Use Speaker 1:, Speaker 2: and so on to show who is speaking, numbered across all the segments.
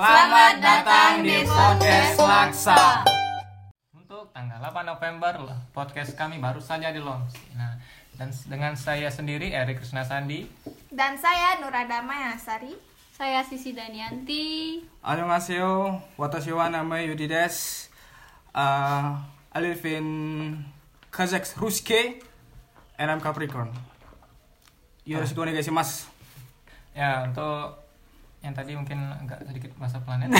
Speaker 1: Selamat datang di podcast Laksa.
Speaker 2: Untuk tanggal 8 November, podcast kami baru saja di launch. Nah, dan s- dengan saya sendiri, Erik Krishna Sandi.
Speaker 3: Dan saya Nurada Mayasari.
Speaker 4: Saya Sisi Danianti.
Speaker 1: Annyeonghaseyo, watashi wa nama Yudi desu. Uh, I live in Kazakh Ruske and I'm Capricorn. Yoroshiku onegai shimasu.
Speaker 2: Ya, untuk yang tadi mungkin agak sedikit bahasa planet.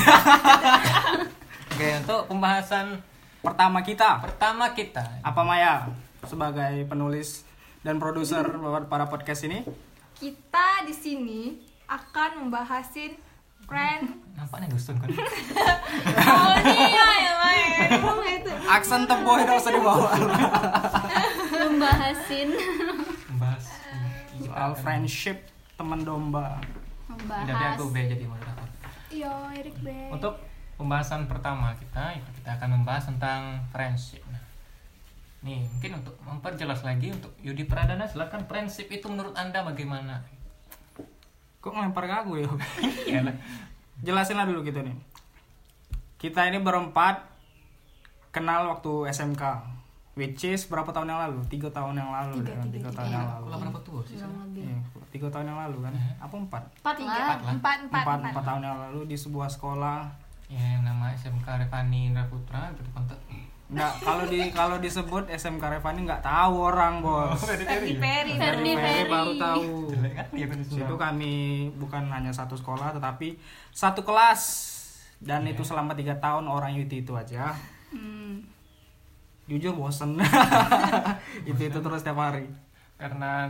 Speaker 2: Oke, untuk pembahasan
Speaker 1: Pertama kita,
Speaker 2: pertama kita.
Speaker 1: apa Maya sebagai penulis dan produser para podcast ini.
Speaker 3: Kita di sini akan membahasin tren
Speaker 2: Nampaknya Gustun kan?
Speaker 4: Iya,
Speaker 3: dunia ya Mai. Emang itu.
Speaker 1: Aksen teboh itu usah dibawa.
Speaker 4: Membahasin.
Speaker 2: Membahas.
Speaker 1: Soal friendship teman domba.
Speaker 2: Jadi
Speaker 4: Membahas.
Speaker 2: aku B jadi moderator.
Speaker 3: Yo Erik Bey.
Speaker 2: Untuk pembahasan pertama kita, itu kita akan membahas tentang friendship. Nah, nih mungkin untuk memperjelas lagi untuk Yudi Pradana, silakan friendship itu menurut anda bagaimana?
Speaker 1: Kok ngelempar ke aku ya?
Speaker 2: Iya lah.
Speaker 1: Jelasinlah dulu gitu nih. Kita ini berempat kenal waktu SMK. Which is berapa tahun yang lalu? Tiga tahun yang lalu, tiga, kan? Tiga tahun yang lalu.
Speaker 2: Aku lah berapa tua sih?
Speaker 1: Iya, tiga tahun yang lalu kan?
Speaker 2: Uh-huh.
Speaker 1: Apa empat?
Speaker 4: Empat lah.
Speaker 3: Empat empat
Speaker 1: Empat, empat tahun yang lalu di sebuah sekolah.
Speaker 2: Ya yang nama SMK Revani Indra Putra itu kontak.
Speaker 1: Nggak, kalau di kalau disebut SMK Revani nggak tahu orang bos.
Speaker 2: Oh,
Speaker 4: Iya,
Speaker 3: Ferdi Ferry.
Speaker 1: Ferry
Speaker 4: Ferdi Ferry.
Speaker 1: baru tahu.
Speaker 2: Iya kan
Speaker 1: Itu kami bukan hanya satu sekolah tetapi satu kelas dan itu selama tiga tahun orang UT itu aja.
Speaker 4: Hmm.
Speaker 1: Jujur bosen. itu itu terus tiap hari.
Speaker 2: Karena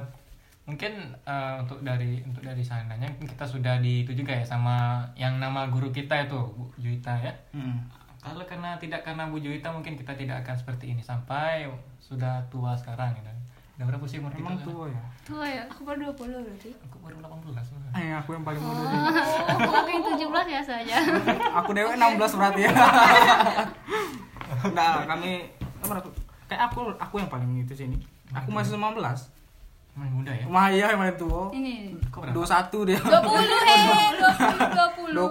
Speaker 2: mungkin eh, untuk dari untuk dari sananya kita sudah di itu juga ya sama yang nama guru kita itu Bu Juita ya.
Speaker 1: Hmm.
Speaker 2: Kalau karena tidak karena Bu Juwita mungkin kita tidak akan seperti ini sampai sudah tua sekarang gitu. Udah berapa sih umur
Speaker 1: Emang
Speaker 2: kita?
Speaker 1: tua ya.
Speaker 4: Tua ya.
Speaker 3: Aku baru 20 loh sih.
Speaker 2: Aku baru 18 Bang.
Speaker 1: Eh, aku yang paling muda. nih.
Speaker 4: Oh. Aku yang 17 ya saja.
Speaker 1: Aku dewe 16 berarti ya. nah, kami berapa? kayak aku aku yang paling itu sini. Aku masih 19.
Speaker 2: Emang muda ya?
Speaker 1: Mah iya yang paling tua.
Speaker 4: Ini.
Speaker 2: Kok berapa?
Speaker 1: 21 dia.
Speaker 3: 20 eh 20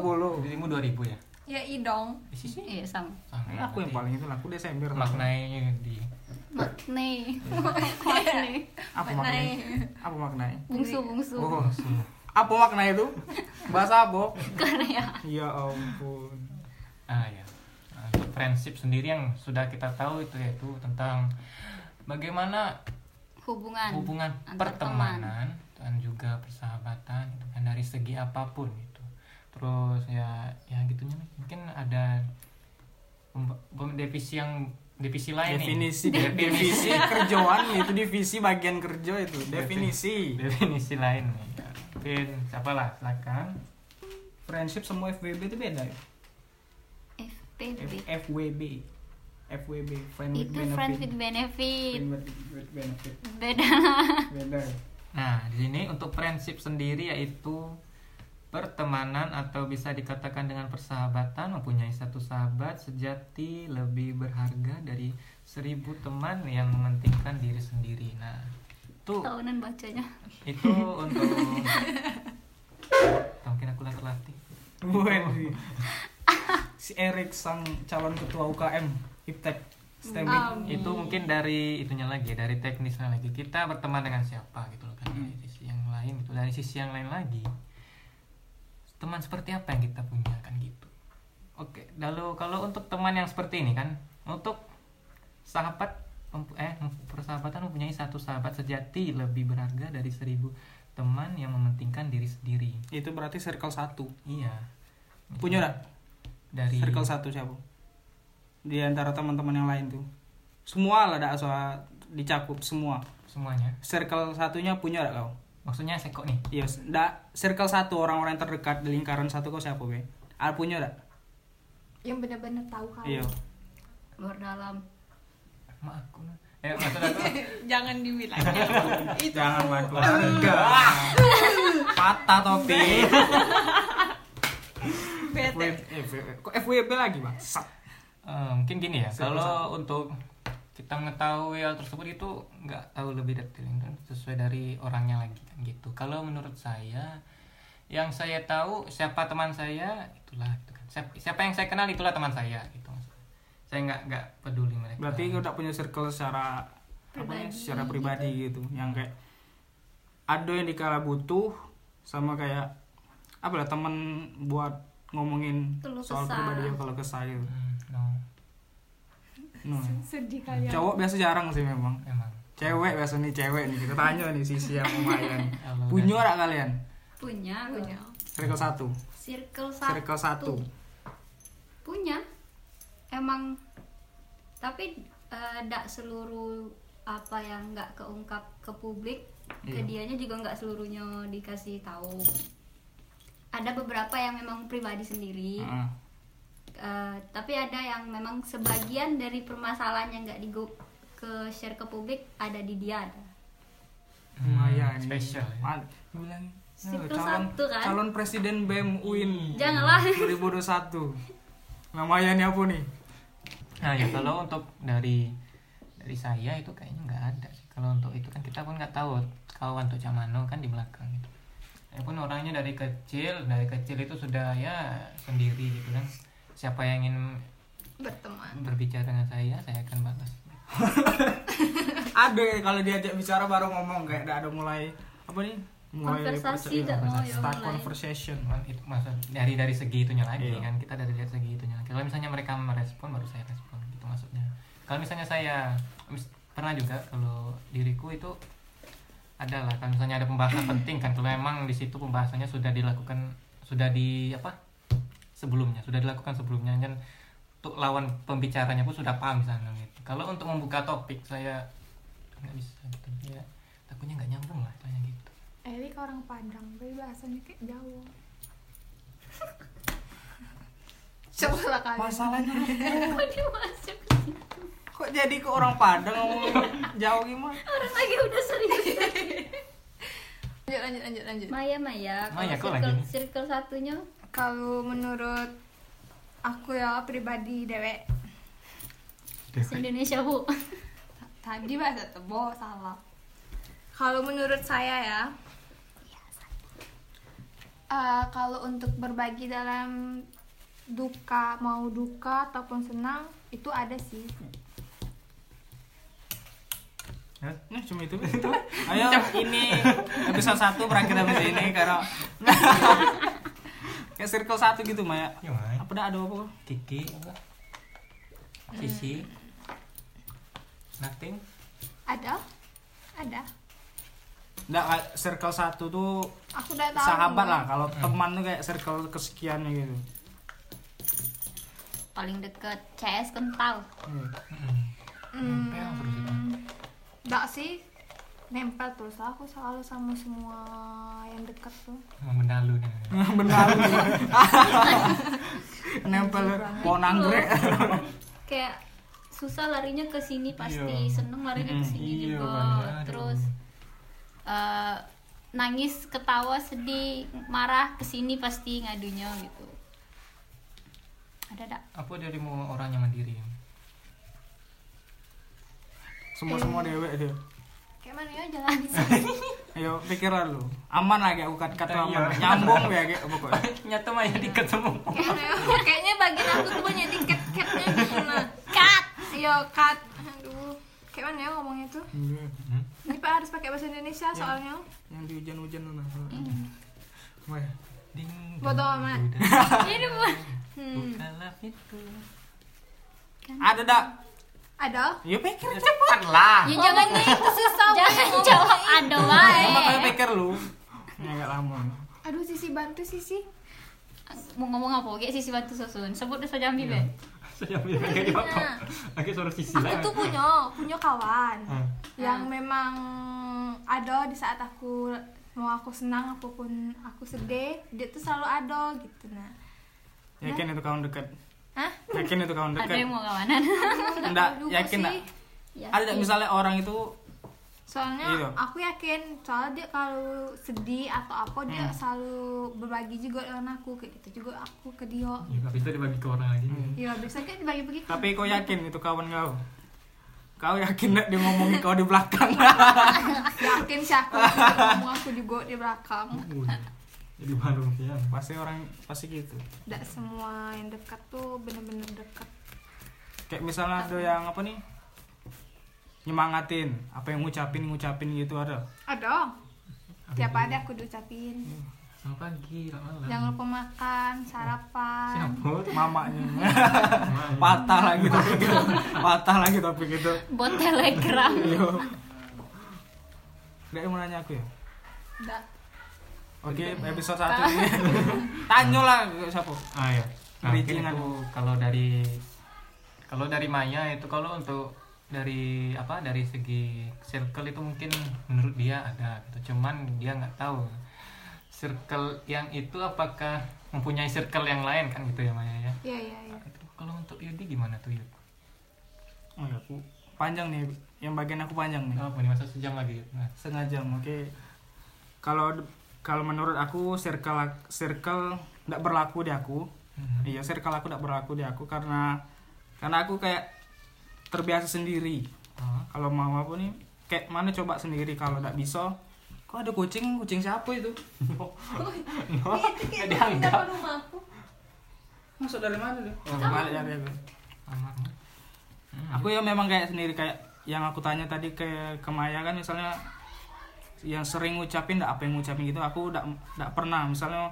Speaker 1: 20.
Speaker 3: 20.
Speaker 2: Dirimu 2000 ya?
Speaker 3: Ya idong.
Speaker 2: Di sisi?
Speaker 4: Iya, sama.
Speaker 1: Eh, aku yang paling itu lah. aku Desember.
Speaker 2: maknai di
Speaker 4: Makne. Makne.
Speaker 1: apa maknanya? Apa maknanya?
Speaker 4: Bungsu-bungsu.
Speaker 1: Oh, apa makna itu? Bahasa apa?
Speaker 4: Korea.
Speaker 1: Ya ampun.
Speaker 2: ah ya. Nah, Untuk friendship sendiri yang sudah kita tahu itu yaitu tentang bagaimana
Speaker 4: Hubungan.
Speaker 2: hubungan
Speaker 4: Antar
Speaker 2: pertemanan dan juga persahabatan gitu kan dari segi apapun gitu terus ya ya gitunya nih. mungkin ada pemba- pem- definisi yang definisi lain
Speaker 1: Definisi
Speaker 2: nih.
Speaker 1: definisi kerjaan itu divisi bagian kerja itu definisi.
Speaker 2: definisi lain nih Ya, mungkin siapa lah silakan
Speaker 1: Friendship semua FWB itu beda ya. F
Speaker 4: FPB.
Speaker 1: FWB. FWB friend with
Speaker 4: Itu
Speaker 1: benefit.
Speaker 4: friend with benefit.
Speaker 1: Friend with- with benefit.
Speaker 4: Beda.
Speaker 1: Beda. ya.
Speaker 2: nah di sini untuk friendship sendiri yaitu pertemanan atau bisa dikatakan dengan persahabatan mempunyai satu sahabat sejati lebih berharga dari seribu teman yang mementingkan diri sendiri nah itu
Speaker 4: Tahunan bacanya.
Speaker 2: itu untuk mungkin aku latih-latih
Speaker 1: Wih. si Erik sang calon ketua UKM Iptek STEMIC.
Speaker 2: itu mungkin dari itunya lagi dari teknisnya lagi kita berteman dengan siapa gitu loh kan dari sisi yang lain gitu dari sisi yang lain lagi teman seperti apa yang kita punya kan gitu oke lalu kalau untuk teman yang seperti ini kan untuk sahabat mem- eh persahabatan mempunyai satu sahabat sejati lebih berharga dari seribu teman yang mementingkan diri sendiri
Speaker 1: Itu berarti circle 1.
Speaker 2: iya
Speaker 1: Punya enggak?
Speaker 2: dari
Speaker 1: circle satu siapa di antara teman-teman yang lain tuh semua lah dak soal dicakup semua
Speaker 2: semuanya
Speaker 1: circle satunya punya dak kau
Speaker 2: maksudnya seko nih
Speaker 1: iya dak circle satu orang-orang terdekat di lingkaran satu kau siapa be al punya dak
Speaker 3: Yang benar-benar tahu kamu.
Speaker 1: iya
Speaker 4: Berdalam.
Speaker 2: sama aku eh maksud aku
Speaker 3: Jangan dibilang.
Speaker 1: jangan waduh patah topi
Speaker 3: Bete.
Speaker 1: FWB. kok FWB lagi bang
Speaker 2: eh, mungkin gini ya
Speaker 1: Seko
Speaker 2: kalau untuk kita mengetahui hal tersebut itu nggak tahu lebih detail itu sesuai dari orangnya lagi kan gitu kalau menurut saya yang saya tahu siapa teman saya itulah gitu kan. Siapa, siapa yang saya kenal itulah teman saya gitu maksudnya. Saya nggak nggak peduli mereka.
Speaker 1: Berarti kau tak punya circle secara apa ya,
Speaker 4: Pribadi
Speaker 1: secara pribadi gitu. Yang kayak ada yang dikala butuh sama kayak apa lah teman buat ngomongin
Speaker 4: Keluh
Speaker 1: soal
Speaker 4: kesah.
Speaker 1: pribadi ya kalau kesah gitu.
Speaker 2: Hmm, no,
Speaker 1: No.
Speaker 3: Sedih kalian.
Speaker 4: Iya.
Speaker 1: Cowok biasa jarang sih memang.
Speaker 2: emang.
Speaker 1: Cewek biasa nih cewek nih kita tanya nih sisi yang lumayan.
Speaker 2: Kalau
Speaker 1: Punya gak kalian?
Speaker 4: punya punya
Speaker 1: Circle satu.
Speaker 4: circle satu
Speaker 1: Circle satu.
Speaker 4: punya emang tapi tidak seluruh apa yang nggak keungkap ke publik ke
Speaker 1: Iya.
Speaker 4: dianya juga nggak seluruhnya dikasih tahu ada beberapa yang memang pribadi sendiri
Speaker 1: Heeh.
Speaker 4: Eh, tapi ada yang memang sebagian dari permasalahan yang nggak digo ke share ke publik ada di dia ada
Speaker 1: Hmm, Lumayan. nih.
Speaker 2: Spesial. Ya.
Speaker 1: Ma- Dibilangin,
Speaker 4: Circle
Speaker 1: "Nah, calon,
Speaker 4: satu kan?"
Speaker 1: calon presiden BEM UIN
Speaker 4: Janganlah.
Speaker 1: 2021. Lumayan ya apa nih?
Speaker 2: Nah ya kalau untuk dari dari saya itu kayaknya nggak ada sih. Kalau untuk itu kan kita pun nggak tahu kawan tuh Camano kan di belakang gitu. Saya pun orangnya dari kecil dari kecil itu sudah ya sendiri gitu kan. Siapa yang ingin
Speaker 3: Berteman.
Speaker 2: berbicara dengan saya saya akan balas.
Speaker 1: ada ya kalau diajak bicara baru ngomong kayak udah ada mulai apa nih mulai
Speaker 4: Konversasi
Speaker 1: percaya-
Speaker 4: tak mau ya,
Speaker 1: start
Speaker 4: mulai.
Speaker 1: conversation
Speaker 2: Cuman itu maksud dari dari segi itunya lagi
Speaker 1: Iya.
Speaker 2: kan kita dari lihat segi itunya. lagi. Kalau misalnya mereka merespon baru saya respon gitu maksudnya. Kalau misalnya saya mis- pernah juga kalau diriku itu adalah kalau misalnya ada pembahasan penting kan kalau emang di situ pembahasannya sudah dilakukan sudah di apa sebelumnya sudah dilakukan sebelumnya kan untuk lawan pembicaranya pun sudah paham di sana gitu. Kalau untuk membuka topik saya nggak bisa gitu ya takutnya nggak nyambung lah soalnya gitu.
Speaker 3: Eli ke orang Padang, tapi bahasanya kayak Jawa. Coba lah kalian.
Speaker 1: masalahnya
Speaker 4: kok dia masuk
Speaker 1: kok jadi ke orang Padang ngomong jauh gimana
Speaker 4: orang lagi udah serius
Speaker 3: Lanjut, lanjut, lanjut, lanjut.
Speaker 4: Maya Maya kalau
Speaker 2: Maya, kok
Speaker 4: circle,
Speaker 2: lagi nih?
Speaker 4: circle satunya
Speaker 3: Kalau menurut aku ya pribadi dewek
Speaker 4: se Indonesia bu
Speaker 3: tadi bahasa tebo salah. Kalau menurut saya ya, eh, kalau untuk berbagi dalam duka mau duka ataupun senang itu ada sih.
Speaker 1: nah cuma itu itu ayo ini episode satu berakhir habis ini karena kayak circle satu gitu Maya
Speaker 2: Gimana?
Speaker 1: apa dah ada apa kok?
Speaker 2: Kiki apa? Sisi Nothing
Speaker 3: Ada, ada.
Speaker 1: nggak kayak circle satu tuh
Speaker 3: Aku udah tahu.
Speaker 1: sahabat lah kalau teman tuh kayak circle kesekiannya gitu
Speaker 4: paling deket CS kental
Speaker 1: Iya.
Speaker 3: Hmm,
Speaker 2: Nempel terus itu.
Speaker 3: nggak sih nempel terus lah aku selalu sama semua yang dekat tuh
Speaker 2: Emang benda lu
Speaker 3: Iya,
Speaker 2: nih
Speaker 1: benar nempel pohon anggrek
Speaker 4: Iya. kayak susah larinya ke sini pasti
Speaker 2: Iya.
Speaker 4: seneng larinya ke sini
Speaker 2: Iya,
Speaker 4: juga
Speaker 2: Maya, aduh.
Speaker 4: terus eh, nangis ketawa sedih marah ke sini pasti ngadunya gitu ada dak
Speaker 2: Apa dirimu orang yang mandiri?
Speaker 1: semua semua dewek dia
Speaker 3: kayak mana ya jalan
Speaker 1: ayo pikir lah lu aman lah kayak ukat kata aman
Speaker 2: Iya.
Speaker 1: nyambung ya kayak pokoknya
Speaker 2: Nyata mah
Speaker 3: Iya.
Speaker 2: yang deket semua
Speaker 3: kayak mana ya kayaknya bagian aku tuh banyak tiket catnya gitu nah cut yo cut aduh kayak mana ya ngomongnya tuh ini pak harus pakai bahasa Indonesia
Speaker 1: Iya.
Speaker 3: soalnya
Speaker 1: yang di hujan-hujan tuh, nah
Speaker 4: Iya.
Speaker 1: ya? Wah,
Speaker 2: Ding dong,
Speaker 3: Bodoh amat.
Speaker 2: dudah,
Speaker 4: ini buat
Speaker 3: hmm.
Speaker 2: Bukalah pintu
Speaker 4: Kan.
Speaker 1: ada dak
Speaker 3: ada
Speaker 1: ya pikir aja
Speaker 2: Cepat lah
Speaker 4: ya jangan
Speaker 3: jangan nih itu susah
Speaker 4: jangan jawab ada wae
Speaker 1: sama kayak pikir lu ya gak lama
Speaker 3: aduh sisi bantu sisi
Speaker 4: mau ngomong apa kayak sisi batu susun sebut desa
Speaker 2: Iya.
Speaker 4: jambi be
Speaker 2: Saya ambil mereka di potong Oke suruh sisi
Speaker 3: Iya. aku
Speaker 2: lah
Speaker 3: tuh punya punya kawan
Speaker 2: Hmm.
Speaker 3: yang memang ada di saat aku mau aku senang apapun aku sedih dia tuh selalu ada gitu nah
Speaker 1: yakin itu kawan dekat
Speaker 3: Hah?
Speaker 1: yakin itu kawan
Speaker 4: ada
Speaker 1: dekat
Speaker 4: yang mau kawanan
Speaker 1: enggak yakin enggak
Speaker 4: Ya,
Speaker 1: ada nggak misalnya orang itu
Speaker 3: soalnya
Speaker 1: Iya.
Speaker 3: aku yakin soalnya dia kalau sedih atau apa dia selalu berbagi juga dengan aku kayak gitu juga aku ke dia
Speaker 2: Ya, habis itu dibagi ke orang lagi
Speaker 3: ya biasanya kan dibagi-bagi ke-
Speaker 1: tapi kau yakin itu kawan kau kau yakin enggak dia ngomongin kau di belakang
Speaker 3: yakin sih aku ngomong aku juga di belakang
Speaker 2: Wuh. jadi warung siang
Speaker 1: pasti orang pasti gitu
Speaker 3: Tidak semua yang dekat tuh bener-bener dekat.
Speaker 1: kayak misalnya ada yang apa nih nyemangatin apa yang ngucapin ngucapin gitu ada
Speaker 3: Ada. Ah, Tiap
Speaker 2: Habis
Speaker 3: ada aku diucapin.
Speaker 2: itu, selamat pagi selamat malam
Speaker 3: Jangan lupa makan, sarapan.
Speaker 2: siapa
Speaker 1: mamanya
Speaker 2: Main.
Speaker 1: patah lagi topik itu patah lagi topik itu
Speaker 4: buat telegram
Speaker 1: yo nggak mau nanya aku ya
Speaker 3: Tidak.
Speaker 1: oke episode satu ini tanya lah ke siapa
Speaker 2: ah ya nah, mungkin
Speaker 1: Bridgingan.
Speaker 2: itu kalau dari kalau dari Maya itu kalau untuk dari apa dari segi circle itu mungkin menurut dia ada gitu cuman dia nggak tahu circle yang itu apakah mempunyai circle yang lain kan gitu ya Maya ya
Speaker 3: Iya, iya, iya.
Speaker 2: Itu kalau untuk Yudi gimana tuh Yud?
Speaker 1: oh, ya, aku panjang nih yang bagian aku panjang nih
Speaker 2: Nggak apa nih masa sejam lagi Yud? Nah,
Speaker 1: setengah jam oke kalau kalau menurut aku circle circle nggak berlaku di aku
Speaker 2: Mhm.
Speaker 1: iya circle aku nggak berlaku di aku karena karena aku kayak terbiasa sendiri
Speaker 2: ah,
Speaker 1: kalau mau apa nih kayak mana coba sendiri kalau nggak bisa kok ada kucing kucing siapa itu
Speaker 2: nggak dianggap
Speaker 4: rumahku
Speaker 1: masuk dari mana tuh
Speaker 2: Oh,
Speaker 1: Balik dari aku.
Speaker 2: kamarnya Hmm,
Speaker 1: aku ya memang kayak sendiri kayak yang aku tanya tadi ke ke Maya kan misalnya yang sering ngucapin ndak apa yang ngucapin gitu aku ndak ndak pernah misalnya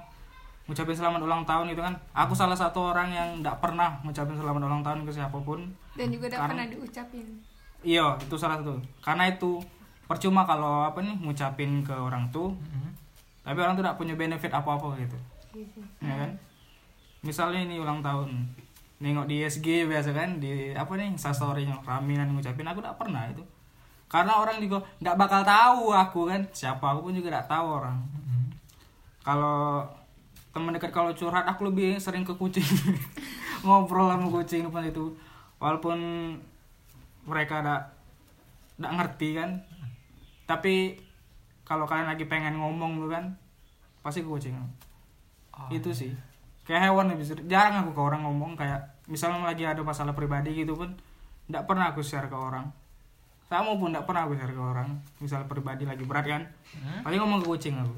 Speaker 1: ngucapin selamat ulang tahun gitu kan aku salah satu orang yang ndak pernah ngucapin selamat ulang tahun ke siapapun
Speaker 3: Dan juga udah
Speaker 1: Karena-
Speaker 3: pernah diucapin.
Speaker 1: iya itu salah satu karena itu percuma kalau apa nih ngucapin ke orang tuh
Speaker 2: Mhm.
Speaker 1: tapi orang tuh ndak punya benefit apa apa gitu
Speaker 3: Gitu.
Speaker 1: ya kan misalnya ini ulang tahun nengok di SG biasa kan di apa nih instastory yang raminan ngucapin aku nggak pernah itu karena orang juga nggak bakal tahu aku kan siapa aku pun juga nggak tahu orang
Speaker 2: Mhm.
Speaker 1: kalau teman dekat kalau curhat aku lebih sering ke kucing ngobrol sama kucing depan itu walaupun mereka ada nggak ngerti kan tapi kalau kalian lagi pengen ngomong tuh kan pasti ke kucing
Speaker 2: Oh,
Speaker 1: itu sih kayak hewan lebih ser- jarang aku ke orang ngomong kayak misalnya lagi ada masalah pribadi gitu pun nggak pernah aku share ke orang sama pun nggak pernah aku share ke orang misalnya pribadi lagi berat kan
Speaker 2: Hmm?
Speaker 1: paling ngomong ke kucing aku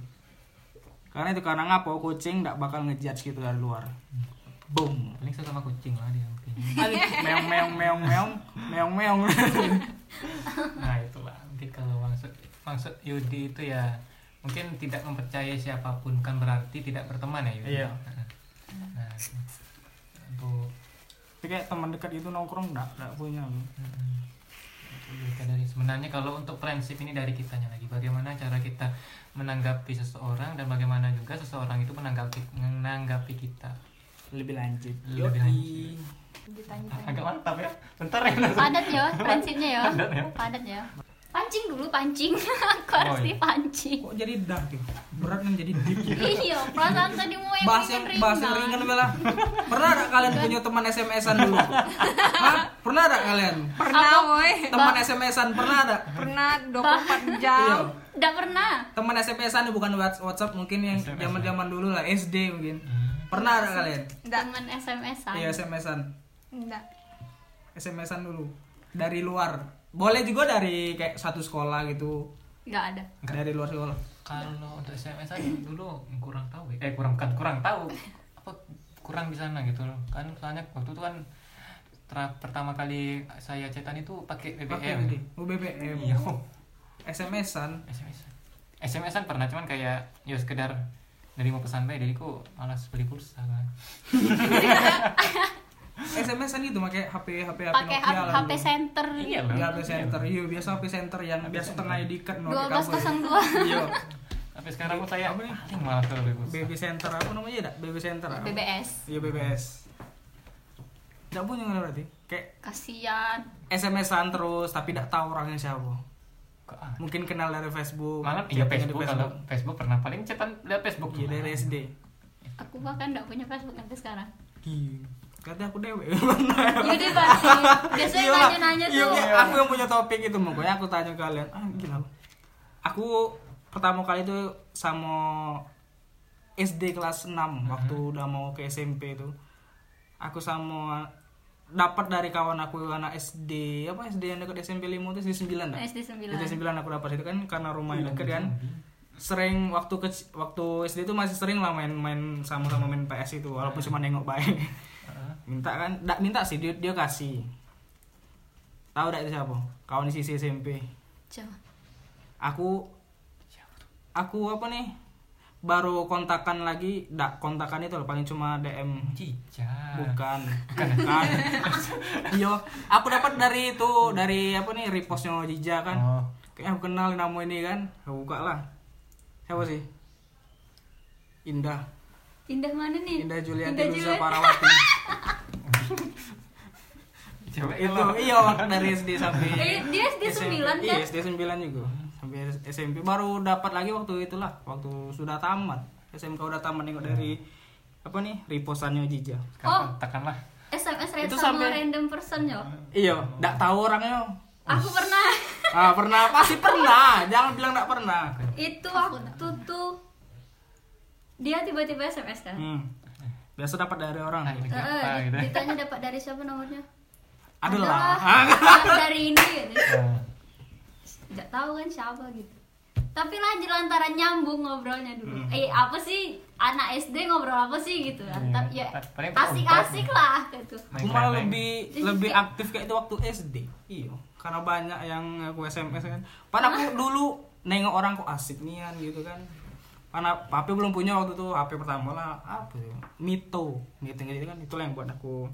Speaker 1: karena itu karena ngapa kucing nggak bakal ngejudge gitu dari luar boom
Speaker 2: paling sesama kucing lah dia mungkin
Speaker 1: Aduh, meong meong meong meong meong meong
Speaker 2: nah itulah nanti kalau maksud maksud Yudi itu ya mungkin tidak mempercayai siapapun kan berarti tidak berteman ya Yudi
Speaker 1: Iya.
Speaker 2: nah itu. untuk
Speaker 1: Tapi kayak teman dekat itu nongkrong nggak nggak punya aku.
Speaker 2: mm, itu Yudi dari sebenarnya kalau untuk prinsip ini dari kitanya lagi bagaimana cara kita menanggapi seseorang dan bagaimana juga seseorang itu menanggapi menanggapi kita
Speaker 1: lebih lanjut
Speaker 2: Lebih lanjut.
Speaker 3: Ditanya-tanya.
Speaker 2: agak mantap ya bentar ya langsung.
Speaker 4: padat ya prinsipnya ya
Speaker 2: Padat ya.
Speaker 4: padat ya pancing dulu pancing aku harus
Speaker 2: Oh, iya.
Speaker 4: dipancing
Speaker 1: kok jadi dark ya berat kan jadi deep ya
Speaker 4: iya perasaan tadi mau yang
Speaker 1: bahas yang bahas yang ringan bela pernah nggak kalian punya teman SMS-an dulu Hah? pernah nggak kalian
Speaker 3: Pernah,
Speaker 4: Apa?
Speaker 3: woi.
Speaker 1: teman SMS-an pernah nggak
Speaker 3: Pernah 24
Speaker 1: iya.
Speaker 3: jam.
Speaker 4: Nggak pernah
Speaker 1: teman SMS-an ya, bukan Whats- WhatsApp mungkin yang
Speaker 2: SMS.
Speaker 1: zaman zaman dulu lah SD mungkin
Speaker 2: Hmm.
Speaker 1: pernah nggak kalian
Speaker 3: Enggak,
Speaker 4: dengan SMS-an
Speaker 1: iya SMS-an
Speaker 3: enggak.
Speaker 1: SMS-an dulu dari luar boleh juga dari kayak satu sekolah gitu
Speaker 4: nggak ada
Speaker 1: dari luar sekolah
Speaker 2: Kalau untuk SMS aja dulu kurang tahu ya. Eh kurang bukan kurang tahu. Apa kurang di sana gitu loh. Kan soalnya waktu itu kan tra- pertama kali saya cetan itu pakai
Speaker 1: Pakai
Speaker 2: BBM.
Speaker 1: ini, oh, BBM
Speaker 2: Iya.
Speaker 1: SMS-an
Speaker 2: SMS. SMS-an pernah cuman kayak ya sekedar dari mau pesan baik jadi ku malas beli pulsa kan.
Speaker 1: SMS-an itu gitu, pakai HP HP HP
Speaker 4: pakai
Speaker 1: Nokia lah
Speaker 4: HP
Speaker 1: dulu.
Speaker 4: center
Speaker 2: Iya
Speaker 1: Iya, HP center, iya biasa HP center yang biasa tengahnya diikat no, di kabel.
Speaker 4: 1202
Speaker 1: Iya,
Speaker 2: Tapi sekarang pun saya paling malas kalau beli pulsa.
Speaker 1: BB center apa namanya ya? BB center. apa?
Speaker 4: BBS
Speaker 1: Iya BBS. Enggak punya nggak berarti? Kayak
Speaker 4: kasihan
Speaker 1: SMS-an terus tapi tidak tahu orangnya siapa.
Speaker 2: Kok ah.
Speaker 1: Mungkin kenal dari Facebook.
Speaker 2: Malah iya
Speaker 1: chattingnya di
Speaker 2: Facebook, kalau Facebook pernah paling cetan lihat Facebook.
Speaker 1: Iya dari SD.
Speaker 4: aku bahkan nggak punya Facebook sampai sekarang
Speaker 1: Gila. Katanya aku dewe.
Speaker 4: jadi pasti biasanya
Speaker 1: Iya,
Speaker 4: nanya-nanya
Speaker 1: iya,
Speaker 4: tuh
Speaker 1: iya, aku yang punya topik itu makanya aku tanya ke kalian ah gila aku. aku pertama kali itu sama SD kelas 6 waktu udah mau ke SMP itu aku sama dapat dari kawan aku anak SD apa SD yang dekat SMP 5 itu SD 9 dah
Speaker 4: SD
Speaker 2: Iya,
Speaker 4: 9
Speaker 1: SD 9 aku dapat itu kan karena rumahnya dekat kan sering waktu ke waktu SD itu masih sering lah main-main sama-sama main PS itu walaupun cuma nengok baik minta kan nggak minta sih dia, dia kasih tahu tidak itu siapa kawan sisi SMP
Speaker 4: Coba.
Speaker 1: aku aku apa nih baru kontakan lagi nggak kontakan itu loh, paling cuma DM
Speaker 2: Cica.
Speaker 1: bukan bukan bukan iya aku dapat dari itu dari apa nih repostnya Jija kan
Speaker 2: Oh.
Speaker 1: kayaknya aku kenal nama ini kan aku buka lah siapa sih Indah
Speaker 4: Indah mana nih?
Speaker 1: Indah Julianti
Speaker 4: Indah
Speaker 1: Luza
Speaker 4: Julianti.
Speaker 1: Parawati
Speaker 2: Cewek
Speaker 1: itu
Speaker 2: lo.
Speaker 1: iya dari SD sampai
Speaker 4: Eh, dia SD
Speaker 1: SMP.
Speaker 4: 9 kan?
Speaker 1: iya SD 9 juga sampai SMP baru dapat lagi waktu itulah waktu sudah tamat SMK udah tamat nengok dari apa nih repostannya Jija
Speaker 4: Oh.
Speaker 2: Sekarang tekanlah.
Speaker 4: SMS
Speaker 1: Itu
Speaker 4: random sama
Speaker 1: sampai-
Speaker 4: random person yo.
Speaker 1: iya nggak tahu orangnya
Speaker 4: Aku pernah
Speaker 1: ah pernah pasti pernah jangan bilang nggak pernah
Speaker 4: itu waktu tuh dia tiba-tiba SMS kan.
Speaker 1: hmm. biasa dapat dari orang
Speaker 2: Nah, ini
Speaker 4: Eh, eh,
Speaker 2: apa
Speaker 1: ya.
Speaker 2: gitu.
Speaker 4: ditanya dapat dari siapa nomornya?
Speaker 1: adalah
Speaker 4: Dapat dari ini gitu.
Speaker 2: Oh.
Speaker 4: nggak tahu kan siapa gitu tapi lanjut lantaran nyambung ngobrolnya dulu
Speaker 1: Hmm.
Speaker 4: eh apa sih anak SD ngobrol apa sih gitu kan
Speaker 2: Iya.
Speaker 4: tapi ya
Speaker 2: Paling
Speaker 4: asik-asik lah gitu
Speaker 2: Main
Speaker 1: aku malah
Speaker 2: kelereng.
Speaker 1: lebih lebih aktif kayak itu waktu SD iya karena banyak yang aku SMS kan padahal aku dulu nengok orang kok asik nian gitu kan karena HP belum punya waktu itu HP pertama lah apa sih Mito Mito gitu kan itulah yang buat aku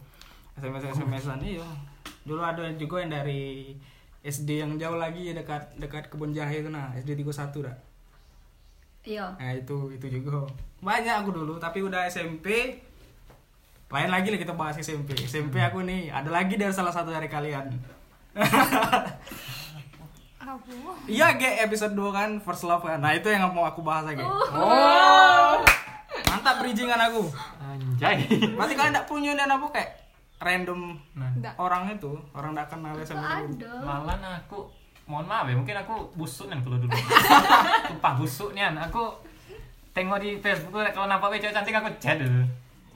Speaker 1: SMS SMSan iya dulu ada juga yang dari SD yang jauh lagi dekat dekat kebun jahe itu nah SD 31 dah
Speaker 4: iya
Speaker 1: Nah itu itu juga banyak aku dulu tapi udah SMP lain lagi lah kita bahas SMP SMP aku nih ada lagi dari salah satu dari kalian
Speaker 3: Abu.
Speaker 1: iya G episode 2 kan first love kan nah itu yang mau aku bahas
Speaker 4: Oh.
Speaker 1: lagi Oh. mantap bridgingan aku
Speaker 2: Anjay.
Speaker 1: berarti kalian gak punya dan aku kayak random
Speaker 2: Nah,
Speaker 3: Nggak.
Speaker 1: orang itu orang gak kenal ya
Speaker 4: kok
Speaker 1: sama kamu
Speaker 4: ada
Speaker 2: malah aku mohon maaf ya mungkin aku busuk nih kalau dulu. Sumpah busuk nih aku tengok di Facebook tuh, kalau nampak cewek cantik aku chat dulu.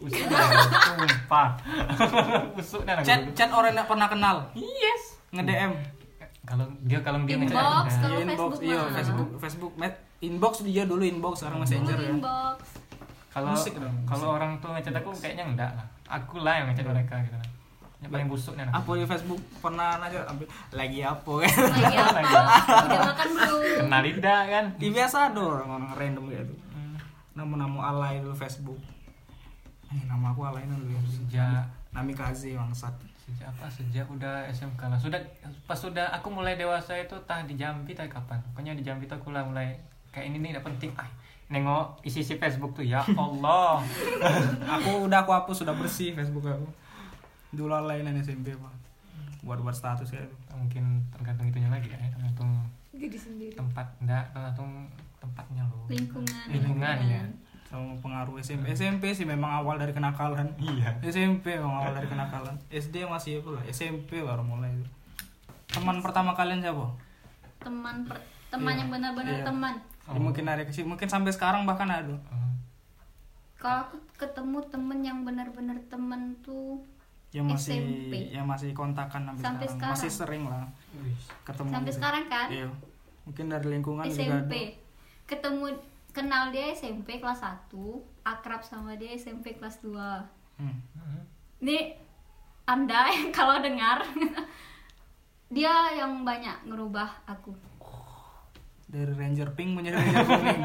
Speaker 2: Busuk. nih aku, Sumpah. busuk nih aku.
Speaker 1: chat
Speaker 2: dulu.
Speaker 1: chat orang gak pernah kenal
Speaker 2: Yes.
Speaker 1: nge DM
Speaker 2: Kalau dia kalau dia
Speaker 4: Inbox,
Speaker 2: ngechat,
Speaker 1: Iya,
Speaker 2: nah.
Speaker 4: kalau- Facebook
Speaker 1: inbox iya
Speaker 4: mah.
Speaker 1: Facebook Facebook met- inbox dia dulu inbox sekarang messenger
Speaker 4: Dulu
Speaker 1: ya
Speaker 4: inbox
Speaker 2: kalau
Speaker 1: Musik dong,
Speaker 2: kalau orang tuh ngechat aku kayaknya enggak lah aku lah yang ngechat mereka gitu lah yang paling busuk nih anak.
Speaker 1: apa di Facebook pernah aja ambil lagi apa kan
Speaker 4: lagi apa
Speaker 2: Lagi.
Speaker 4: udah makan belum
Speaker 2: kena lidah kan
Speaker 1: Di Ya, biasa ada orang-orang random gitu. Nama-nama alay dulu Facebook. Eh, nama aku alay dulu ya.
Speaker 2: sejak
Speaker 1: Nami Kaze bangsat.
Speaker 2: sejak apa sejak udah SMK lah sudah pas sudah aku mulai dewasa itu tah di Jambi tah kapan pokoknya di Jambi tuh aku lah mulai kayak ini nih nggak penting ah nengok isi isi Facebook tuh ya Allah
Speaker 1: Aku udah aku hapus sudah bersih Facebook aku. Dulu alay dan SMP apa. Buat-buat status kayak gitu.
Speaker 2: mungkin tergantung itunya lagi kan ya tergantung
Speaker 3: Jadi sendiri.
Speaker 2: tempat enggak tergantung tempatnya loh
Speaker 4: lingkungan
Speaker 2: lingkungan ya
Speaker 1: Sama pengaruh SMP. SMP sih memang awal dari kenakalan.
Speaker 2: iya
Speaker 1: SMP memang awal dari kenakalan. SD masih itu lah. SMP baru mulai itu. Teman pertama kalian siapa?
Speaker 4: teman per- teman
Speaker 1: Iya.
Speaker 4: yang benar-benar
Speaker 1: Iya.
Speaker 4: teman
Speaker 1: Ya, mungkin ada kecil, mungkin sampai sekarang bahkan ada.
Speaker 2: Oh.
Speaker 4: kalau aku ketemu temen yang benar-benar temen tuh
Speaker 1: yang masih
Speaker 4: SMP.
Speaker 1: yang masih kontakan sampai,
Speaker 4: Sampai
Speaker 1: sekarang. masih
Speaker 4: sekarang.
Speaker 1: sering lah ketemu
Speaker 4: sampai
Speaker 1: gitu.
Speaker 4: sekarang kan
Speaker 1: iya mungkin dari lingkungan juga ada.
Speaker 4: SMP ketemu kenal dia SMP kelas 1 akrab sama dia SMP kelas 2
Speaker 1: Hmm.
Speaker 4: nih anda yang kalau dengar dia yang banyak ngerubah aku
Speaker 1: dari Ranger Pink menjadi Ranger kuning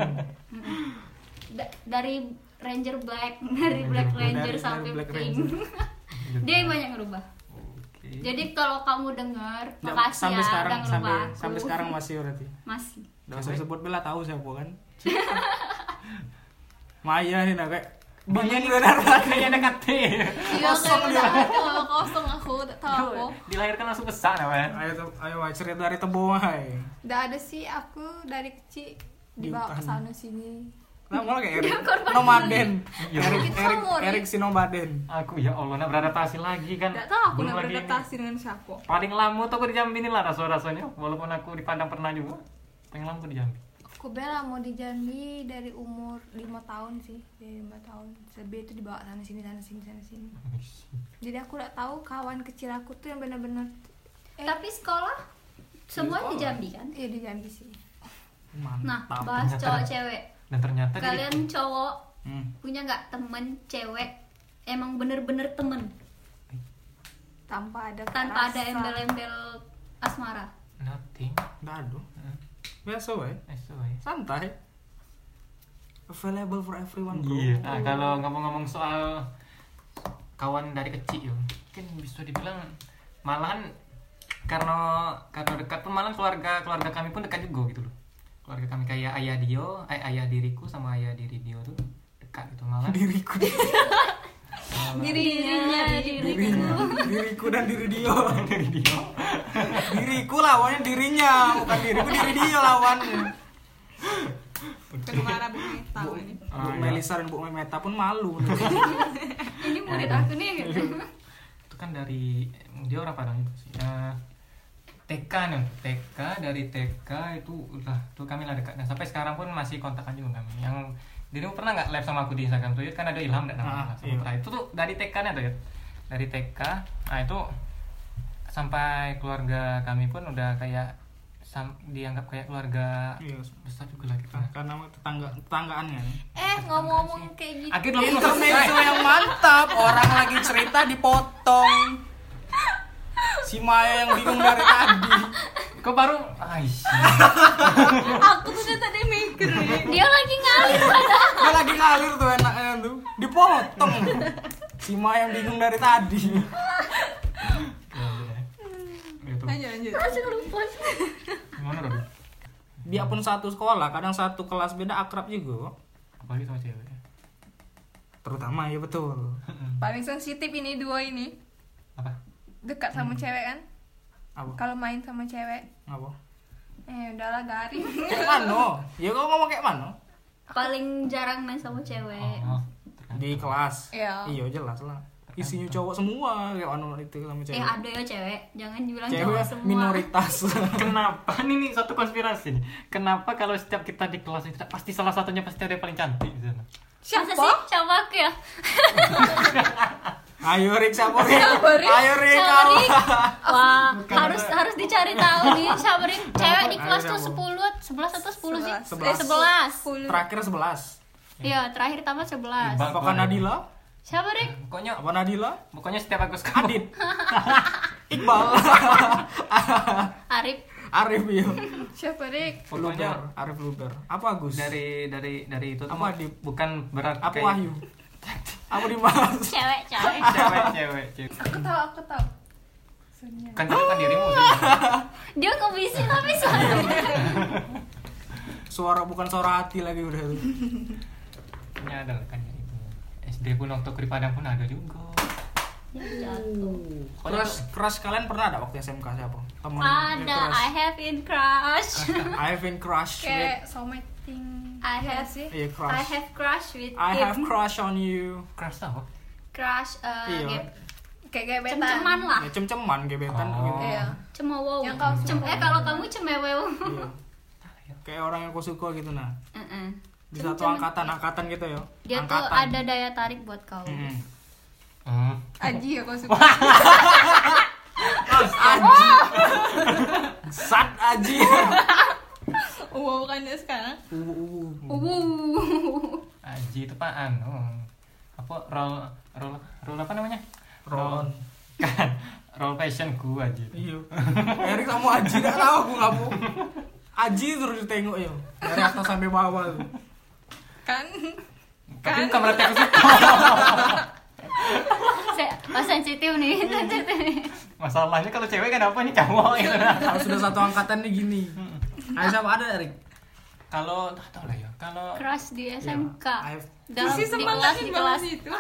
Speaker 4: Da- dari Ranger Black dari Black
Speaker 1: Dari-
Speaker 4: Ranger
Speaker 1: dari
Speaker 4: sampai
Speaker 1: Black
Speaker 4: Pink
Speaker 1: Ranger.
Speaker 4: dia yang banyak ngerubah
Speaker 2: Oke.
Speaker 4: jadi kalau kamu dengar
Speaker 1: Nggak,
Speaker 4: makasih
Speaker 1: sampai
Speaker 4: ya
Speaker 1: sekarang
Speaker 4: udah ngerubah
Speaker 1: sampai
Speaker 4: aku.
Speaker 1: sampai sekarang masih berarti
Speaker 4: masih
Speaker 1: nggak usah sebut bela tahu siapa kan Maya nih nah kayak bingung benar
Speaker 2: Kayaknya ada KT.
Speaker 3: Iya, kosong dia. Kosong aku, tak tahu aku.
Speaker 2: Dilahirkan langsung besar ya, namanya.
Speaker 1: ayo te- ayo Mai, cerita dari tebo Mai
Speaker 3: Nggak ada sih aku dari kecil dibawa ke sana sini.
Speaker 1: nah malah kayak Eric
Speaker 4: korban
Speaker 1: nomaden
Speaker 2: Iya.
Speaker 1: Eric
Speaker 3: Kita
Speaker 1: Eric
Speaker 3: mau,
Speaker 1: Eric Sinomaden
Speaker 2: Aku ya Allah, nak beradaptasi lagi kan.
Speaker 3: Nggak tahu aku
Speaker 2: Belum
Speaker 3: nak
Speaker 2: lagi ini.
Speaker 3: beradaptasi dengan siapa.
Speaker 2: Paling lama tuh aku di Jambi ini lah rasa-rasanya. Walaupun aku di Padang pernah juga. Paling lama aku di Jambi.
Speaker 3: Aku bela mau di Jambi dari umur 5 tahun sih, dari 5 tahun. Sebelum itu dibawa sana sini sana sini sana sini. Jadi aku nggak tahu kawan kecil aku tuh yang benar-benar eh,
Speaker 4: tapi sekolah semua di Jambi kan
Speaker 3: iya di Jambi eh, sih.
Speaker 4: Nah,
Speaker 2: Mantap.
Speaker 4: bahas
Speaker 2: Ternyata-
Speaker 4: cowok cewek.
Speaker 2: Dan ternyata dari-
Speaker 4: Kalian cowok
Speaker 1: Hmm.
Speaker 4: punya nggak temen cewek emang bener-bener temen
Speaker 3: tanpa ada
Speaker 4: tanpa ada
Speaker 3: perasaan.
Speaker 4: embel-embel asmara?
Speaker 2: nothing. Eh,
Speaker 1: Nggak ada.
Speaker 2: Hmm,
Speaker 1: Biasa wae.
Speaker 2: that's why.
Speaker 1: Santai. Available for everyone, bro.
Speaker 2: Iya. Nah, kalau ngomong-ngomong soal kawan dari kecil, kan bisa dibilang malahan karena karena dekat pun malahan keluarga keluarga kami pun dekat juga gitu loh. Keluarga kami kayak ayah Dio, ay- ayah diriku sama ayah diri Dio tuh dekat gitu malah.
Speaker 1: Diriku,
Speaker 4: Dirinya,
Speaker 1: dirinya, diriku dan diri dia.
Speaker 2: Diri Dio.
Speaker 1: Diriku lawannya dirinya, bukan diriku diri dia lawannya.
Speaker 3: Kedua Bu Meta ini.
Speaker 1: Bu
Speaker 2: Ah, iya.
Speaker 1: Melisa dan Bu Meta pun malu.
Speaker 4: Ini murid aku nih.
Speaker 2: itu kan dari dia orang Padang itu sih. Nah, TK nih, TK dari TK itu udah tuh kami lah dekat. Nah, sampai sekarang pun masih kontakan juga kami. Yang dirimu pernah nggak live sama aku di Instagram tuh? Yud? Kan ada Ilham dan
Speaker 1: Ah,
Speaker 2: nama
Speaker 1: iya.
Speaker 2: Nah, Itu tuh dari TK nih tuh. Yud. Dari TK, nah itu sampai keluarga kami pun udah kayak sam- dianggap kayak keluarga
Speaker 1: Iya, Ah,
Speaker 2: besar juga lagi.
Speaker 1: karena tetangga tetanggaannya.
Speaker 3: Eh, ngomong-ngomong kayak gitu.
Speaker 2: Akhirnya belum
Speaker 1: Intermezzo
Speaker 2: selesai.
Speaker 1: yang mantap, orang lagi cerita dipotong. Si Maya yang bingung dari tadi.
Speaker 2: Kok baru? Aish.
Speaker 3: Aku tuh tadi mikir nih.
Speaker 4: Dia lagi ngalir.
Speaker 1: Dia lagi ngalir tuh enaknya tuh, dipotong. Si Maya yang bingung dari tadi.
Speaker 2: Gitu.
Speaker 3: Lanjut, lanjut.
Speaker 4: Langsung lupa.
Speaker 2: Gimana dong?
Speaker 1: Dia pun satu sekolah, kadang satu kelas beda akrab juga.
Speaker 2: Apalagi sama cewek.
Speaker 1: Terutama ya betul.
Speaker 3: Paling sensitif ini dua ini.
Speaker 2: Apa? Hmm. Oh.
Speaker 3: Dekat sama cewek kan?
Speaker 1: Apa?
Speaker 3: Kalau main sama cewek,
Speaker 1: Apa?
Speaker 3: eh udahlah garing.
Speaker 1: Kayak mano? Ya kau ngomong kayak mano?
Speaker 4: Paling jarang main sama cewek.
Speaker 2: Oh,
Speaker 1: Di kelas.
Speaker 3: Iya.
Speaker 1: Iya jelas lah. Isinya cowok semua kayak anu itu sama
Speaker 4: Eh
Speaker 1: cewek.
Speaker 4: ada ya cewek, jangan dibilang
Speaker 1: Cewek
Speaker 4: cowok semua.
Speaker 1: minoritas.
Speaker 2: Kenapa ini nih satu konspirasi nih? Kenapa kalau setiap kita di kelas itu pasti salah satunya pasti ada yang paling cantik di sana?
Speaker 4: Masa sih sama aku ya?
Speaker 1: Ayo Rik siapa Rik?
Speaker 3: Siapa, Rik?
Speaker 1: Ayo Rik kamu.
Speaker 4: Syabrik. Wah, harus harus dicari tahu nih Syabrik. Cewek di
Speaker 1: Ayo,
Speaker 4: kelas
Speaker 1: Syabrik.
Speaker 4: tuh 10, 11 atau 10 sih?
Speaker 1: Sebelas.
Speaker 4: Eh 11.
Speaker 3: Sepuluh.
Speaker 1: Terakhir 11.
Speaker 4: Iya, terakhir tambah 11.
Speaker 2: Bang,
Speaker 1: Apakah
Speaker 2: Bang.
Speaker 1: Nadila?
Speaker 4: Syabrik.
Speaker 2: Pokoknya
Speaker 1: Apa Nadila?
Speaker 2: pokoknya setiap aku sekolah
Speaker 1: Adit. Iqbal.
Speaker 4: Arif.
Speaker 1: Arif ya.
Speaker 3: Siapa Rik?
Speaker 1: Luber.
Speaker 2: pokoknya
Speaker 1: Arif Luber. Apa Agus?
Speaker 2: dari dari dari itu tuh
Speaker 1: Apa, Adit?
Speaker 2: bukan berarti
Speaker 1: Apa
Speaker 2: kayak-
Speaker 1: Wahyu? Apa Dimas?
Speaker 4: Cewek, cewek.
Speaker 2: cewek cewek cewek
Speaker 3: Aku tahu, aku tahu. Sonia.
Speaker 2: kan cewek kan dirimu
Speaker 4: Dia ngebisin tapi soalnya.
Speaker 1: Suara bukan suara hati lagi udah. itu.
Speaker 2: punya ada kan itu SD pun waktu ke Padang pun ada juga Pokoknya
Speaker 1: Crush, crush kalian pernah ada waktu SMK siapa? Temen
Speaker 4: Ada I
Speaker 1: crush. ya?
Speaker 4: have in crush.
Speaker 1: I have been crush with
Speaker 3: Kayak someting.
Speaker 4: I have
Speaker 3: sih.
Speaker 1: Iya crush.
Speaker 4: I have crush with
Speaker 1: I have
Speaker 4: him.
Speaker 1: crush on you.
Speaker 2: crush tau
Speaker 4: Crush eh
Speaker 1: Iya.
Speaker 4: gap.
Speaker 3: Kayak gebetan.
Speaker 4: cem-ceman lah.
Speaker 1: Ya cem-ceman gebetan
Speaker 2: Oh.
Speaker 1: gitu.
Speaker 3: Iya.
Speaker 4: Cemowow.
Speaker 3: Yang kau
Speaker 4: Cem- eh kalau kamu cemewew.
Speaker 1: Iya. Kayak orang yang aku suka gitu nah.
Speaker 4: Heeh.
Speaker 1: Di satu angkatan, angkatan gitu ya.
Speaker 4: Dia
Speaker 1: angkatan.
Speaker 4: tuh ada daya tarik buat kau.
Speaker 1: Mm-mm.
Speaker 2: hmm.
Speaker 1: Oh.
Speaker 3: Aji aku suka.
Speaker 1: Aji. Sat Aji.
Speaker 3: Wow kan dia sekarang.
Speaker 1: Uwu, uwu.
Speaker 4: Wuh.
Speaker 2: Aji itu pak anu apa roll roll roll apa namanya
Speaker 1: Roll on.
Speaker 2: kan roll fashion gua Aji
Speaker 1: Iya. Erik kamu Aji enggak tahu aku kamu. Aji terus ditengok ya. Dari atas sampai bawah tuh.
Speaker 3: Kan
Speaker 2: tapi
Speaker 3: Kan.
Speaker 2: bukan berarti aku suka
Speaker 4: Se- oh, sensitif nih, sensitif nih.
Speaker 2: masalahnya kalau cewek kan apa nih cowok gitu nah.
Speaker 1: Kalau sudah satu angkatan nih gini. Ayo siapa ada Erik?
Speaker 2: kalau tak tahu lah ya kalau
Speaker 4: Crush di SMK.
Speaker 1: Iya. I have-
Speaker 4: Dalam
Speaker 3: si
Speaker 4: di kelas di
Speaker 3: semangatin
Speaker 4: kelas.
Speaker 3: banget itu.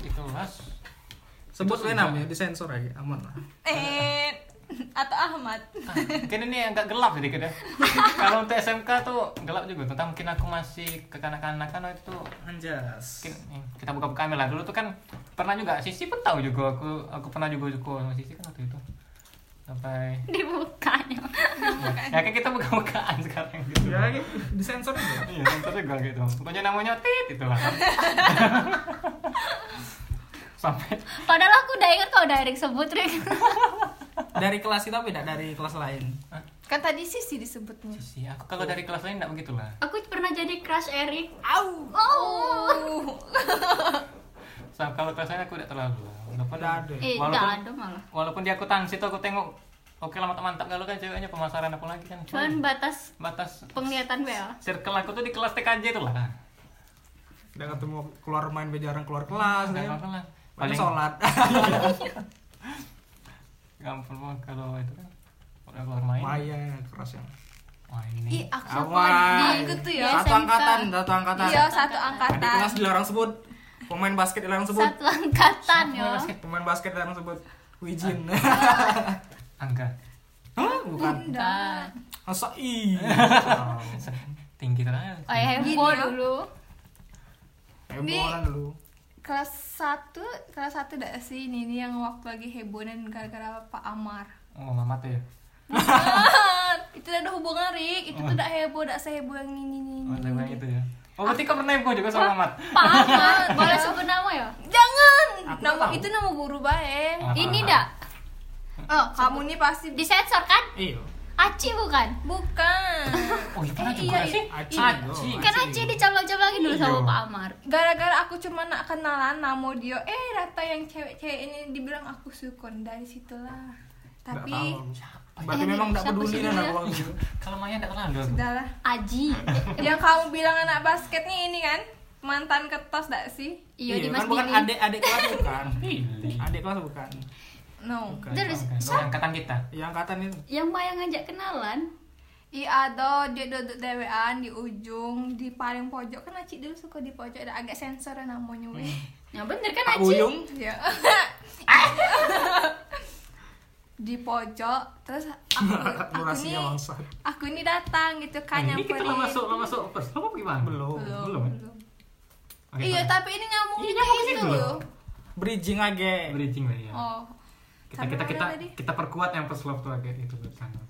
Speaker 2: di kelas
Speaker 1: Sebut we namanya disensor aja, aman lah.
Speaker 3: Eh atau Ahmad.
Speaker 2: ah, mungkin ini agak gelap sedikit ya kalau untuk SMK tuh gelap juga tentang mungkin aku masih kekanak-kanakan waktu itu
Speaker 1: Anjas.
Speaker 2: mungkin eh, kita buka-buka ambil lah dulu tuh kan pernah juga Sisi pun tahu juga aku aku pernah juga juga sama Sisi kan waktu itu sampai
Speaker 4: Dibukanya.
Speaker 2: ya kan kita buka-bukaan sekarang gitu
Speaker 1: Ya, disensor aja.
Speaker 2: iya ntar juga gitu pokoknya namanya tit gitu. itu lah sampai
Speaker 4: Padahal aku udah inget kalau udah Erik sebut Rick.
Speaker 1: Dari kelas kita beda dari kelas lain.
Speaker 2: Hah?
Speaker 3: Kan tadi sisi disebutnya.
Speaker 2: sisi aku kalau dari kelas lain enggak begitu lah
Speaker 4: Aku pernah jadi crush Eric.
Speaker 3: Au.
Speaker 4: Oh.
Speaker 2: so, kalau kelas lain aku enggak terlalu lah walaupun
Speaker 1: Nggak ada.
Speaker 4: Eh,
Speaker 2: Walaupun-
Speaker 4: enggak
Speaker 1: kan?
Speaker 4: ada malah.
Speaker 2: walaupun dia aku tangsi tuh aku tengok oke lah mantap mantap kalau kan ceweknya pemasaran aku lagi kan
Speaker 4: Cuman batas
Speaker 2: batas
Speaker 4: penglihatan Bella.
Speaker 2: circle aku tuh di kelas TKJ tuh lah
Speaker 1: Udah ketemu keluar main be jarang keluar kelas
Speaker 2: Nggak
Speaker 1: ya.
Speaker 2: apa-apa lah
Speaker 1: Paling
Speaker 2: paling
Speaker 1: sholat.
Speaker 2: gampang banget kalau itu kan udah keluar main
Speaker 1: Maya keras yang.
Speaker 2: wah
Speaker 3: Ih,
Speaker 4: Iya.
Speaker 2: ini
Speaker 3: aku
Speaker 1: Awas.
Speaker 3: lagi ikut tuh ya.
Speaker 1: Satu
Speaker 4: SMK.
Speaker 1: angkatan, satu angkatan.
Speaker 3: Iya, satu
Speaker 1: Adik kelas
Speaker 3: angkatan.
Speaker 1: dilarang sebut. Pemain basket dilarang sebut.
Speaker 4: Satu angkatan yo.
Speaker 2: Siapa basket?
Speaker 1: Pemain basket dilarang sebut. Wijin.
Speaker 2: angga
Speaker 1: Hah?
Speaker 3: Hmm.
Speaker 1: Bukan.
Speaker 4: Enggak.
Speaker 1: Masa iya? i.
Speaker 2: tinggi terang
Speaker 4: Oh, ya,
Speaker 3: Gini
Speaker 4: heboh
Speaker 3: ya.
Speaker 4: dulu.
Speaker 1: Heboh dulu.
Speaker 3: Kelas 1, kelas 1 enggak sih ini, ini yang waktu lagi heboh dan gara-gara Pak Amar.
Speaker 2: oh mama tuh ya
Speaker 3: Bukan. itu ada hubungan Rik, itu
Speaker 1: Oh.
Speaker 3: tuh enggak heboh, enggak seheboh yang ini ini.
Speaker 2: oh yang itu ya oh berarti kau pernah ikut juga sama mamat
Speaker 4: Pak Ahmad, boleh sebut nama ya?
Speaker 3: Jangan.
Speaker 1: Aku
Speaker 3: Nama
Speaker 1: tahu.
Speaker 3: itu nama guru baik.
Speaker 2: Ah.
Speaker 4: Ini dak
Speaker 3: Oh, kamu nih pasti
Speaker 4: disensor kan?
Speaker 1: Iya.
Speaker 4: Aci bukan?
Speaker 3: bukan.
Speaker 2: oh iya pernah
Speaker 3: Eh,
Speaker 2: juga
Speaker 3: iya,
Speaker 2: sih
Speaker 1: Aci.
Speaker 2: Aci.
Speaker 1: yo.
Speaker 4: Kan Aci dicablok-cablokin dulu sama
Speaker 1: Iya.
Speaker 4: Pak Amar.
Speaker 3: Gara-gara aku cuma nak kenalan nama dia, eh rata yang cewek-cewek ini dibilang aku sukun dari situlah.
Speaker 1: Nggak
Speaker 3: Tapi
Speaker 1: tahu. Berarti
Speaker 4: Eh,
Speaker 1: memang tidak
Speaker 4: siapa
Speaker 1: peduli
Speaker 4: sih
Speaker 1: dan
Speaker 4: dia?
Speaker 1: aku waktu itu.
Speaker 2: kalau Maya enggak terlalu aku
Speaker 3: sudahlah.
Speaker 4: Aji.
Speaker 3: yang kamu bilang anak basket nih ini kan mantan ketos gak sih?
Speaker 4: Iya, di Mas
Speaker 1: kan bukan
Speaker 4: Billy.
Speaker 1: adik-adik kelas bukan.
Speaker 2: Pilih.
Speaker 1: Adik kelas bukan.
Speaker 3: No.
Speaker 1: Bukan.
Speaker 4: Terus
Speaker 2: Bukan, bukan angkatan kita
Speaker 1: Yang angkatan itu.
Speaker 4: yang Maya ngajak kenalan,
Speaker 3: Iya ada dia duduk dewean di ujung di paling pojok kan Aci dulu suka di pojok ada agak sensor namanya weh.
Speaker 4: yang bener kan
Speaker 1: Pak
Speaker 4: Aci?
Speaker 1: Buyung.
Speaker 2: Hmm.
Speaker 3: Ya. di pojok terus aku, aku
Speaker 1: Durasinya
Speaker 3: nih
Speaker 1: bangsa.
Speaker 3: aku nih datang gitu kan
Speaker 2: ini kita lah
Speaker 3: nyamperin.
Speaker 2: masuk lah masuk first love apa gimana
Speaker 1: Belum.
Speaker 3: belum,
Speaker 2: belum ya?
Speaker 3: belum.
Speaker 2: Oke,
Speaker 3: iya
Speaker 2: sorry.
Speaker 3: tapi ini nyambung
Speaker 4: Iya,
Speaker 3: juga
Speaker 4: nyambung
Speaker 3: itu
Speaker 4: gitu
Speaker 2: loh.
Speaker 3: loh
Speaker 1: Bridging aja.
Speaker 2: bridging lah ya
Speaker 3: oh
Speaker 2: kita
Speaker 3: Sama
Speaker 2: kita
Speaker 3: mana
Speaker 2: kita
Speaker 3: tadi?
Speaker 2: kita perkuat yang first love tuh agak itu ke sana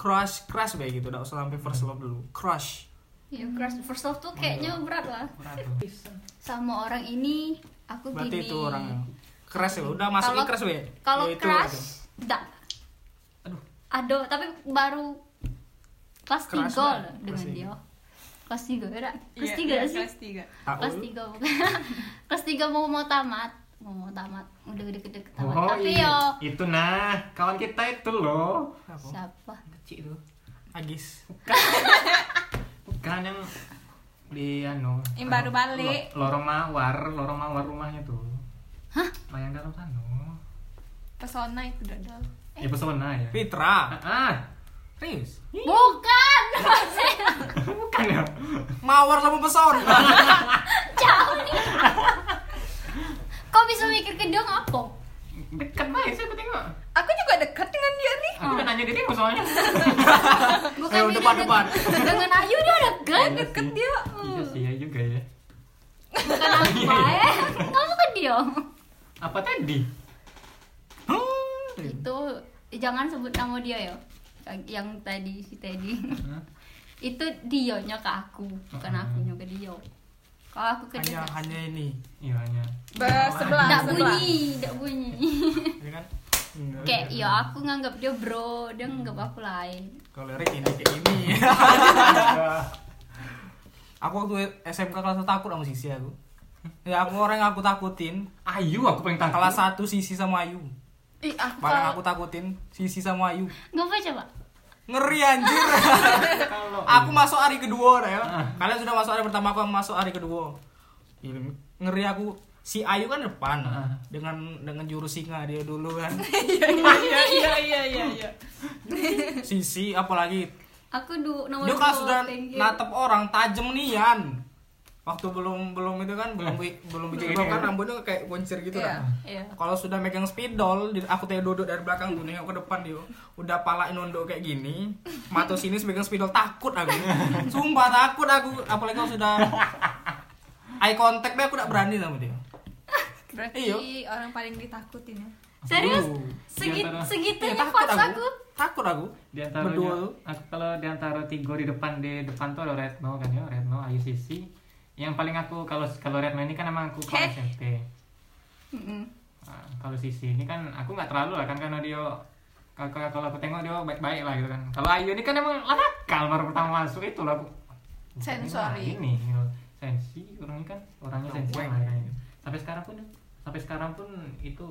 Speaker 1: Crush, crush kayak gitu. Enggak usah sampai first love dulu. Crush.
Speaker 4: Ya, crush first love tuh kayaknya berat lah.
Speaker 2: Iya. Berat tuh.
Speaker 4: Sama orang ini aku
Speaker 1: Berarti
Speaker 4: Oh, gini.
Speaker 1: itu orangnya. Crush ya. Udah masukin
Speaker 4: Kalau-
Speaker 1: crush be.
Speaker 4: Kalau
Speaker 1: Yaitu aja.
Speaker 4: crush, dak.
Speaker 2: Aduh.
Speaker 4: Aduh, tapi baru kelas
Speaker 1: Keras lah,
Speaker 4: 3 loh
Speaker 1: kelas
Speaker 4: dengan
Speaker 1: tiga.
Speaker 4: dia. Kelas 3 ya, Dak? Kelas
Speaker 3: Iya,
Speaker 4: 3
Speaker 3: iya,
Speaker 4: sih?
Speaker 3: kelas tiga
Speaker 1: Tahu.
Speaker 4: Kelas 3 bukan. kelas 3 mau mau tamat, mau mau tamat, udah deket-deket tamat.
Speaker 2: Oh,
Speaker 4: tapi
Speaker 2: iya.
Speaker 4: yo
Speaker 2: itu nah kawan kita itu loh
Speaker 1: Apa?
Speaker 4: siapa?
Speaker 2: kecil tuh
Speaker 1: Agis.
Speaker 2: bukan yang di anu
Speaker 3: Yang baru
Speaker 2: anu,
Speaker 3: balik.
Speaker 2: lo- lorong mawar lorong mawar rumahnya tuh hah mayang dalam sana
Speaker 3: pesona itu dodol
Speaker 2: kan, ya pesona ya
Speaker 1: Fitra.
Speaker 2: ah, ah
Speaker 1: Rius.
Speaker 4: Bukan.
Speaker 2: bukan ya
Speaker 1: Mawar sama pesona.
Speaker 4: Jauh nih. Kok bisa mikir ke dia ngapo?
Speaker 2: dekat banget sih aku tengok
Speaker 3: aku juga dekat dengan dia nih
Speaker 2: aku udah nanya dirimu soalnya Eh,
Speaker 4: Bukan
Speaker 1: Ayo,
Speaker 4: dia
Speaker 1: depan,
Speaker 4: dengan, dengan Ayu dia deket,
Speaker 2: Deket
Speaker 3: dia
Speaker 2: iya sih ya juga ya
Speaker 4: bukan aku
Speaker 1: Iya.
Speaker 4: ya. Kamu ke dia.
Speaker 2: apa tadi
Speaker 1: Hmm.
Speaker 4: Itu jangan sebut nama dia ya. Yang tadi si Teddy.
Speaker 2: Hah?
Speaker 4: itu dionya ke aku bukan
Speaker 1: Hmm.
Speaker 2: Mm-mm.
Speaker 4: aku ke dia kalau aku ke dia
Speaker 1: Hanya hanya ini.
Speaker 2: iya hanya
Speaker 3: sebelah
Speaker 2: Nah,
Speaker 4: tidak
Speaker 3: sebelah
Speaker 4: bunyi tidak bunyi
Speaker 1: Ini kan.
Speaker 4: kayak ya aku nganggap dia bro dia nganggap aku lain
Speaker 1: Kalau lirik ini kayak gini. aku waktu SMK kelas satu takut sama sisi aku. Ya aku orang yang aku takutin.
Speaker 2: ayu aku pengen takut
Speaker 1: Kelas satu sisi sama Ayu.
Speaker 3: ih aku
Speaker 1: Paling
Speaker 3: kalau
Speaker 1: aku takutin sisi sama Ayu.
Speaker 4: ngapa coba
Speaker 1: Ngeri anjir.
Speaker 2: kalau
Speaker 1: aku masuk hari kedua dah ya. Kalian sudah masuk hari pertama aku masuk hari kedua. Ini Ngeri aku si Ayu kan depan
Speaker 2: Ah.
Speaker 1: dengan dengan juru singa dia dulu kan.
Speaker 2: iya iya iya iya iya
Speaker 1: Sisi apalagi
Speaker 4: aku du nomor
Speaker 1: Dia kalau
Speaker 4: dua,
Speaker 1: sudah
Speaker 4: thank you.
Speaker 1: natep orang tajam nih Yan. Waktu belum belum itu kan belum bi- belum biji kebab
Speaker 2: Belum ini
Speaker 1: kan
Speaker 2: ya.
Speaker 1: rambutnya kayak boncir gitu
Speaker 3: Iya.
Speaker 1: kan.
Speaker 4: Iya.
Speaker 1: Kalau sudah megang spidol, di- aku tadi duduk dari belakang tuh nengok ke depan dia. Udah pala nunduk kayak gini, mata sini megang spidol takut aku. Sumpah takut aku apalagi kalau sudah eye contact deh aku udah berani sama dia.
Speaker 3: berarti orang paling ditakutin ya
Speaker 4: serius
Speaker 1: Uh,
Speaker 4: Segit,
Speaker 1: Iya,
Speaker 2: diantara-
Speaker 4: segitunya
Speaker 1: takut
Speaker 4: fans
Speaker 1: aku.
Speaker 4: aku
Speaker 1: Takut aku.
Speaker 2: di antara
Speaker 1: Berdua tuh.
Speaker 2: aku kalau di antara tiga di depan di depan tuh ada Retno kan ya Retno Ayu Sisi yang paling aku kalau kalau Retno ini kan emang aku
Speaker 3: Heh.
Speaker 2: kawan SMP
Speaker 4: Mm-mm.
Speaker 2: Nah, kalau Sisi ini kan aku nggak terlalu lah kan karena dia kalau kalau- kalau aku tengok dia baik-baik lah gitu kan kalau Ayu ini kan emang nakal baru pertama masuk itu lah aku
Speaker 5: Sensori.
Speaker 2: ini, ini loh. sensi orangnya kan orangnya sensi
Speaker 1: Weng.
Speaker 2: lah kayaknya. sampai sekarang pun sampai sekarang pun itu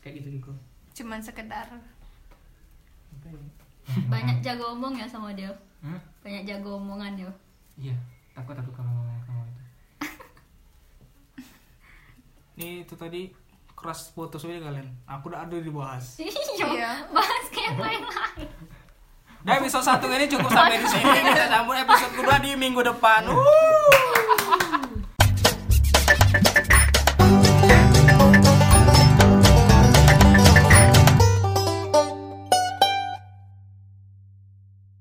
Speaker 2: kayak gitu gitu
Speaker 5: Cuman sekedar
Speaker 4: Banyak jago omong ya sama dia.
Speaker 2: Hah?
Speaker 4: Banyak jago omongan ya. dia.
Speaker 2: iya takut aku kalau ngomong sama itu
Speaker 1: Ini itu tadi keras foto sudah kalian. Aku udah ada dibahas.
Speaker 4: Iya. Bahas kayak apa yang lain.
Speaker 1: Nah, Dan episode satu ini cukup sampai di sini. Kita sambut episode kedua di minggu depan. Wuh.